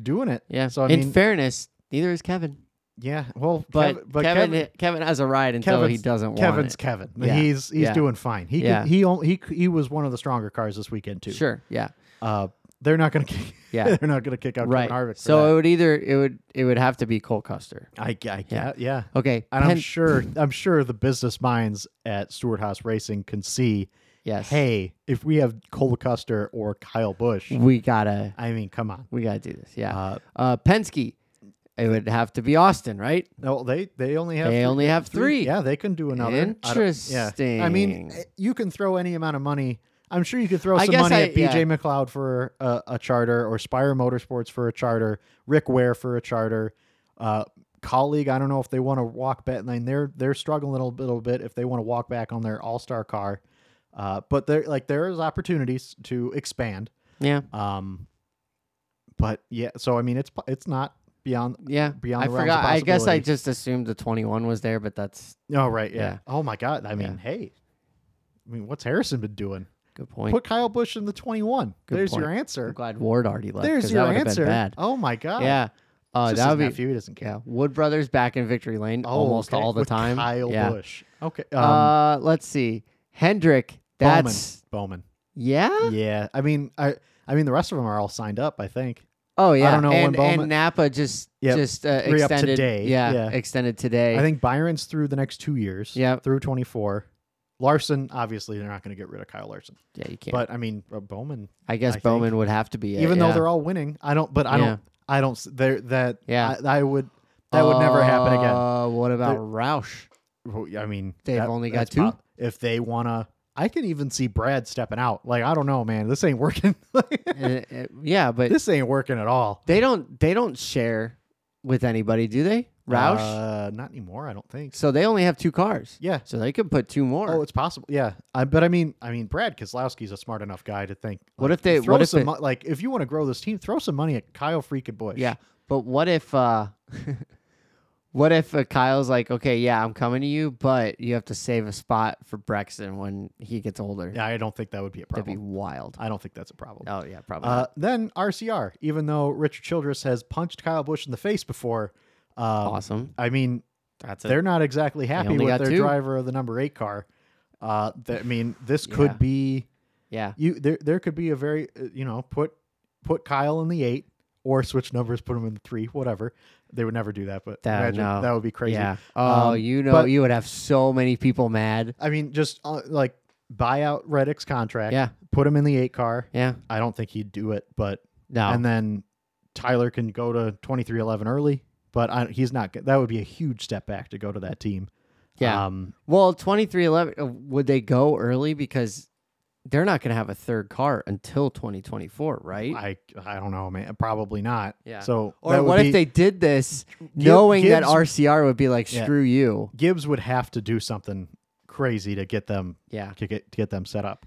doing it. yeah, So I in mean, fairness, neither is Kevin. yeah. Well, But, Kev- Kevin, Kevin, has a ride until he Kevin's- doesn't Kevin's want Kevin. Yeah, He's he's yeah. doing fine. He Yeah. could, he on- he he was one of the stronger cars this weekend it. too. Sure, yeah, Uh, they're not going to kick. Yeah. they're not going to kick out right. Kevin Harvick. for So that. it would either it would it would have to be Cole Custer. I, I yeah yeah. Okay, And I'm Pen- sure I'm sure the business minds at Stewart Haas Racing can see, yes, hey, if we have Cole Custer or Kyle Bush, we gotta I mean, come on. we gotta do this. Mm. Yeah, Uh, uh, Penske, it would have to be Austin, right? no, they they only have They only have three. Yeah, they can do another. I don't- Yeah. I mean, eh, Interesting. you can throw any amount of money. I'm sure you could throw I some guess money I- at BJ McLeod for a, a charter or Spire Motorsports for a charter, Rick Ware for a charter. Uh, colleague, I don't know if they want to walk back. Lane. They're they're struggling a little, little bit if they want to walk back on their All Star car. Uh, but there like there is opportunities to expand. Yeah, Um, but yeah, so I mean, it's it's not beyond. yeah. Beyond I the realms of forgot. I guess I possibility. just assumed the twenty-one was there, but that's Oh right, yeah. Yeah. Oh my God. I mean, Yeah. hey, I mean, what's Harrison been doing? good point. Put Kyle Bush in the 21. Good There's point. your I'm answer. glad Ward already left. 'cause There's that your would've been answer. Bad. Oh my God. Yeah, uh, It's just that his would be nephew. He doesn't care. yeah. Wood brothers back in victory lane Oh, almost okay. all the With time. Kyle yeah. Bush. Okay. Um, uh, let's see. Hendrick. Bowman. That's Bowman. Mm. yeah. Yeah. I mean, I. I mean, the rest of them are all signed up. I think. Oh yeah. don't know when And, Bowman- and Napa just Yep. just uh, Re-up extended today. Yeah, Yeah. extended today. I think Byron's through the next two years. Yep. Through 24. Larson, obviously, they're not going to get rid of Kyle Larson. yeah, you can't. But I mean, uh, Bowman. I guess I think- Bowman would have to be it, even though yeah. they're all winning, I don't. But I Yeah. don't. I don't. s- There. That. Yeah. I, I would. That would never happen again. Uh, what about Roush? Well, I mean, They've only got that's two? pop- if they wanna, I can even see Brad stepping out. Like I don't know, man. This ain't working. Uh, uh, yeah, but this ain't working at all. they don't they don't share with anybody, do they? Roush. Uh, not anymore. I don't think. so they only have two cars. Yeah. So they could put two more. Oh, it's possible. Yeah. I, but I mean, I mean, Brad Keselowski's a smart enough guy to think. What like, if they- throw what if some it- mo- like if you want to grow this team, throw some money at Kyle freaking Bush. Yeah, but what if uh what if uh, Kyle's like, "Okay, yeah, I'm coming to you, but you have to save a spot for Brexton when he gets older." Yeah, I don't think that would be a That'd problem. be wild. I don't think that's a problem. Oh, yeah, probably. Uh, not. then RCR, even though Richard Childress has punched Kyle Bush in the face before, um, awesome. I mean, That's they're not exactly happy only with got their two. driver of the number eight car. Uh, th- I mean, this Yeah. could be Yeah. you. There, there could be a very uh, you know put put Kyle in the eight or switch numbers, put him in the three, whatever. They would never do that, but That- imagine no. that would be crazy. Yeah. Oh, Um, you know, but- you would have so many people mad. I mean, just uh, like buy out Reddick's contract. Yeah. Put him in the eight car. Yeah. I don't think he'd do it, but No. and then Tyler can go to twenty three eleven early. But I, he's not. g- That would be a huge step back to go to that team. yeah. Um, well, 2311, uh, would they go early? Because they're not going to have a third car until 2024, right? I I don't know, man. Probably not. Yeah. So or that would what be- if they did this knowing that Gibbs- RCR would be like, Yeah. screw you? Gibbs would have to do something crazy to get them Yeah. to get to get them set up.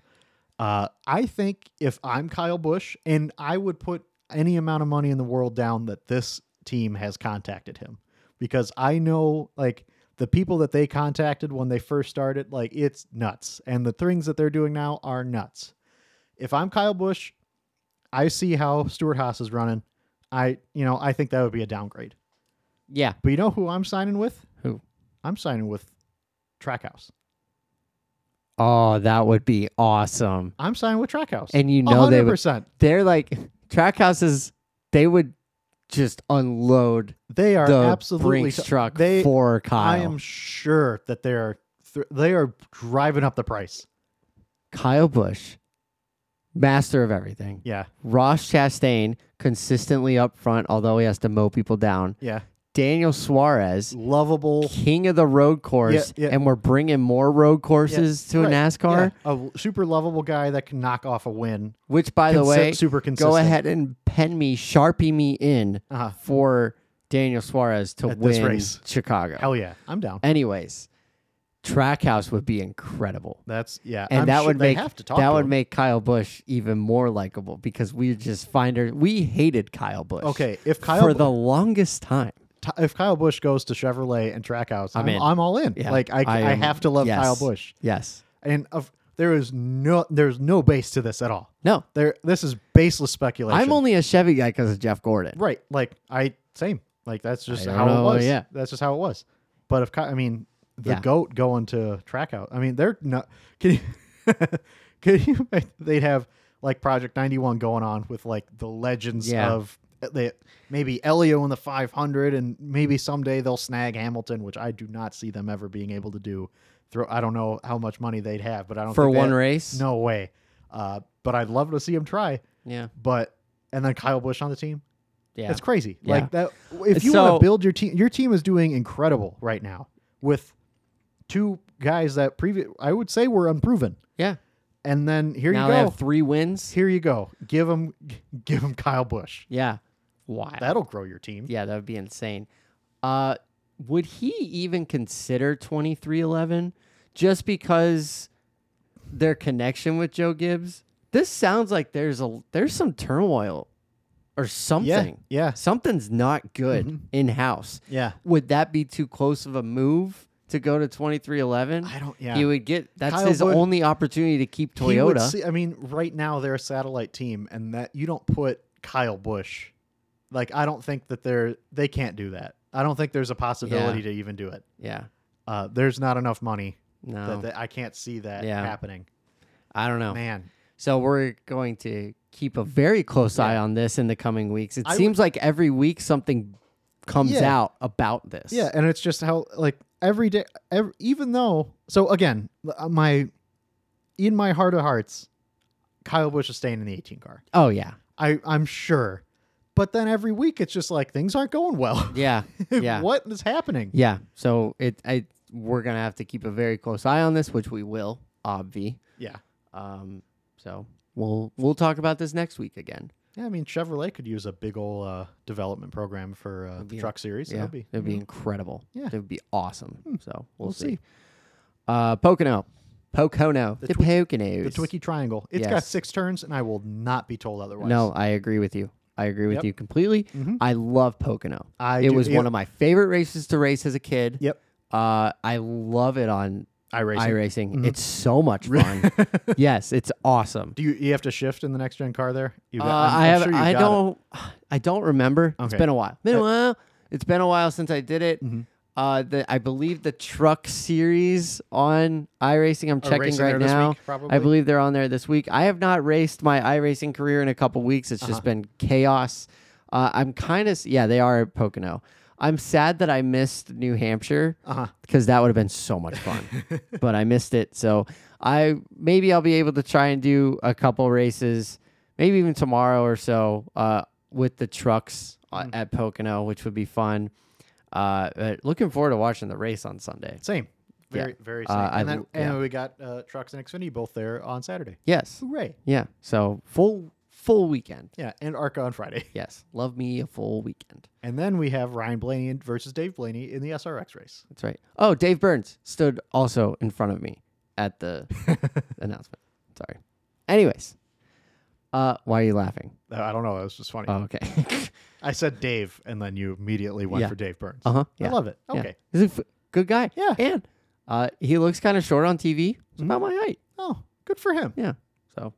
Uh, I think if I'm Kyle Bush, and I would put any amount of money in the world down that this team has contacted him because I know like the people that they contacted when they first started, like it's nuts, and the things that they're doing now are nuts. If I'm Kyle Bush, I see how Stuart Haas is running. I you know I think that would be a downgrade. Yeah. But you know who I'm signing with? Who? I'm signing with Trackhouse. Oh, that would be awesome. I'm signing with Trackhouse. And you know they would. 100%. They're like, Trackhouses, they would just unload They are the absolutely Brinks t- truck They, for Kyle. I am sure that they are th- they are driving up the price. Kyle Bush, master of everything. Yeah, Ross Chastain, consistently up front, although he has to mow people down. yeah. Daniel Suarez, Lovable king of the road course, yeah. and we're bringing more road courses to Right, a NASCAR. yeah. a super lovable guy that can knock off a win. Which, by the Consi- way, super consistent. go ahead and pen me, sharpie me in Uh-huh. for Daniel Suarez to At this win race. Chicago. Hell yeah, I'm down. Anyways, Trackhouse would be incredible. That's yeah, and I'm that sure would they make have to talk. that to would him. make Kyle Bush even more likable because we just find her we hated Kyle Bush. okay. If Kyle for the longest time. Ty- if Kyle Bush goes to Chevrolet and Trackhouse, I'm, I'm in. I'm all in. Yeah. Like I, I I am- have to love yes. Kyle Bush. Yes. And of, there is no there's no base to this at all. No. There this is baseless speculation. I'm only a Chevy guy because of Jeff Gordon. Right. Like I same. Like that's just don't how it know, was. yeah. That's just how it was. But if Ky- I mean the Yeah. goat going to track out. I mean they're not. Can you? can you? imagine They'd have like Project ninety one going on with like the legends Yeah. of eh, they maybe Elio in the five hundred and maybe someday they'll snag Hamilton, which I do not see them ever being able to do. Throw I don't know how much money they'd have, but I don't For think they- one race. No way. Uh, but I'd love to see him try. Yeah. But and then Kyle Bush on the team. Yeah. That's crazy. Yeah. Like that. If you want So- to build your team, your team is doing incredible right now with two guys that previous I would say were unproven. yeah. And then here now you they go. have three wins. here you go. Give him, give him Kyle Bush. Yeah. Wow. That'll grow your team. yeah, that would be insane. Uh would he even consider twenty three eleven just because their connection with Joe Gibbs? This sounds like there's a there's some turmoil or Yeah. something. Yeah. Something's not good in house. Yeah. Would that be too close of a move to go to 2311? I don't- yeah. He would get that's Kyle his would- only opportunity to keep He would Toyota. see- I mean, right now they're a satellite team, and that you don't put Kyle Bush. Like I don't think that they're they can't do that. I don't think there's a possibility to even do it. yeah. Uh, there's not enough money No. that, that I can't see that Oh. Yeah. Oh. happening. I don't know. Man, So we're going to keep a very close eye on this in the coming weeks. It I seems like every week something comes Yeah. out about this. Yeah, and it's just how like every day, ev even though. So again, uh, my in my heart of hearts, Kyle Bush is staying in the 18 car. Oh yeah. I I'm sure, but then every week it's just like things aren't going well. Yeah. Yeah. what is happening? Yeah. So it I we're gonna have to keep a very close eye on this, which we will, obvi. Yeah. Um so we'll we'll talk about this next week again. Yeah, I mean Chevrolet could use a big old uh, development program for uh, the be- truck series. Yeah. That'd be It'd be incredible. Yeah. Hmm. It'd be awesome. So we'll, We'll see. see. Uh Pocono. Pocono. The, The the twi- Poconos. the Twicky Triangle. It's got Yes. six turns, and I will not be told otherwise. No, I agree with you. I agree with Yep. Mm-hmm. you completely. I love Pocono. I it do- was it- one of my favorite races to race as a kid. Yep. Uh, I love it on I race. iRacing. Mm-hmm. It's so much fun. yes, it's awesome. Do you you have to shift in the next gen car there? You Uh, got, I'm- I'm I have. sure you I got it. don't. I don't remember. Okay. It's Uh, Mm-hmm. been a while. Been a while. It's been a while since I did it. Uh, the I believe the truck series on iRacing. I'm checking racing right there this now. week, probably? I believe they're on there this week. I have not raced my iRacing career in a couple weeks. It's Uh-huh. just been chaos. Uh, I'm kind of yeah, they are at Pocono. I'm sad that I missed New Hampshire Uh-huh. because that would have been so much fun, but I missed it. So I maybe I'll be able to try and do a couple races, maybe even tomorrow or so, uh, with the trucks uh Mm. at Pocono, which would be fun. Uh, but looking forward to watching the race on Sunday. Same. Yeah. Very, very Uh, same. I and then l- and yeah. we got uh, Trucks and Xfinity both there on Saturday. Yes, Hooray. yeah. So full full weekend. Yeah, and ARCA on Friday. Yes, love me a full weekend. And then we have Ryan Blaney versus Dave Blaney in the SRX race. That's right. Oh, Dave Burns stood also in front of me at the announcement. Sorry. Anyways, uh, why are you laughing? Uh, I don't know. It was just funny. Oh, okay. I said Dave, and then you immediately went Yeah. for Dave Burns. Uh huh. I love it. Okay. He's a f- good guy. Yeah. And uh, he looks kind of short on TV. He's about my height. Oh, good for him. Yeah. So,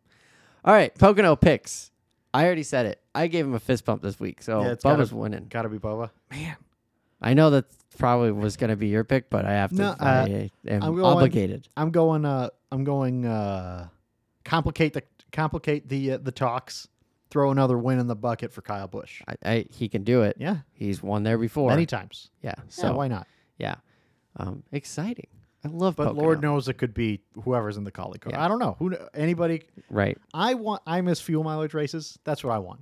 all right. Pocono picks. I already said it. I gave him a fist bump this week. So Yeah, it's gotta- Bubba's winning. Gotta be Bubba. Man. I know that probably was going to be your pick, but I have to. No, uh, I am I'm going- obligated. I'm going. Uh, I'm going. Uh, complicate the complicate the uh, the talks. Throw another win in the bucket for Kyle Bush. I, I, he can do it. Yeah, He's won there before. many times. yeah. So So why not? Yeah. Um, exciting. I love But Pocono. Lord knows it could be whoever's in the collie car. Yeah. I don't know who kn- anybody. Right. I want. I miss fuel mileage races. That's what I want.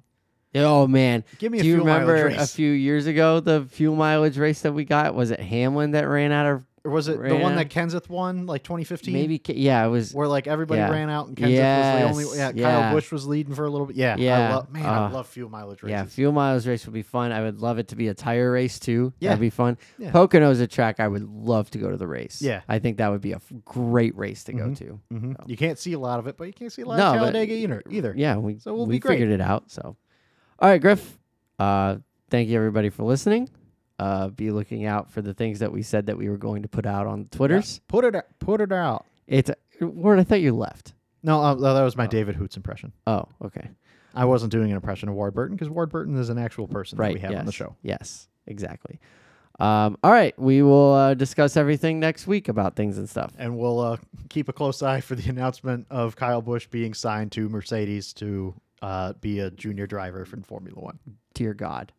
Oh man. Give me a Do you fuel mileage remember a race. few years ago the fuel mileage race that we got? Was it Hamlin that ran out of Or was it the Ran one out. that Kenseth won, like 2015? maybe K- yeah, it was Where like everybody Yeah. ran out and Kenseth was the only. Yeah, Yes, Kyle yeah. Bush was leading for a little bit. Yeah. I Yeah, love, man, I uh, love fuel mileage races. yeah, fuel mileage race would be fun. I would love it to be a tire race too. Yeah. That'd be fun. Yeah. Pocono's a track I would love to go to the race. Yeah. I think that would be a f- great race to go to. Mhm. You can't see a lot of it, but you can't see a lot Mm-hmm. No, of but- Talladega either. either. Yeah, we So we'll we be great. figured it out. So, all right, Griff. Uh, thank you everybody for listening. Uh, be looking out for the things that we said that we were going to put out on Twitters. Put it put it out. It's Ward. I thought you left. No, uh, that was my David Hoots impression. Oh, okay. I wasn't doing an impression of Ward Burton because Ward Burton is an actual person Right. that we have yes. on the show. Yes, exactly. Um, all right, we will uh, discuss everything next week about things and stuff. And we'll uh, keep a close eye for the announcement of Kyle Busch being signed to Mercedes to uh, be a junior driver for Formula One. Dear God.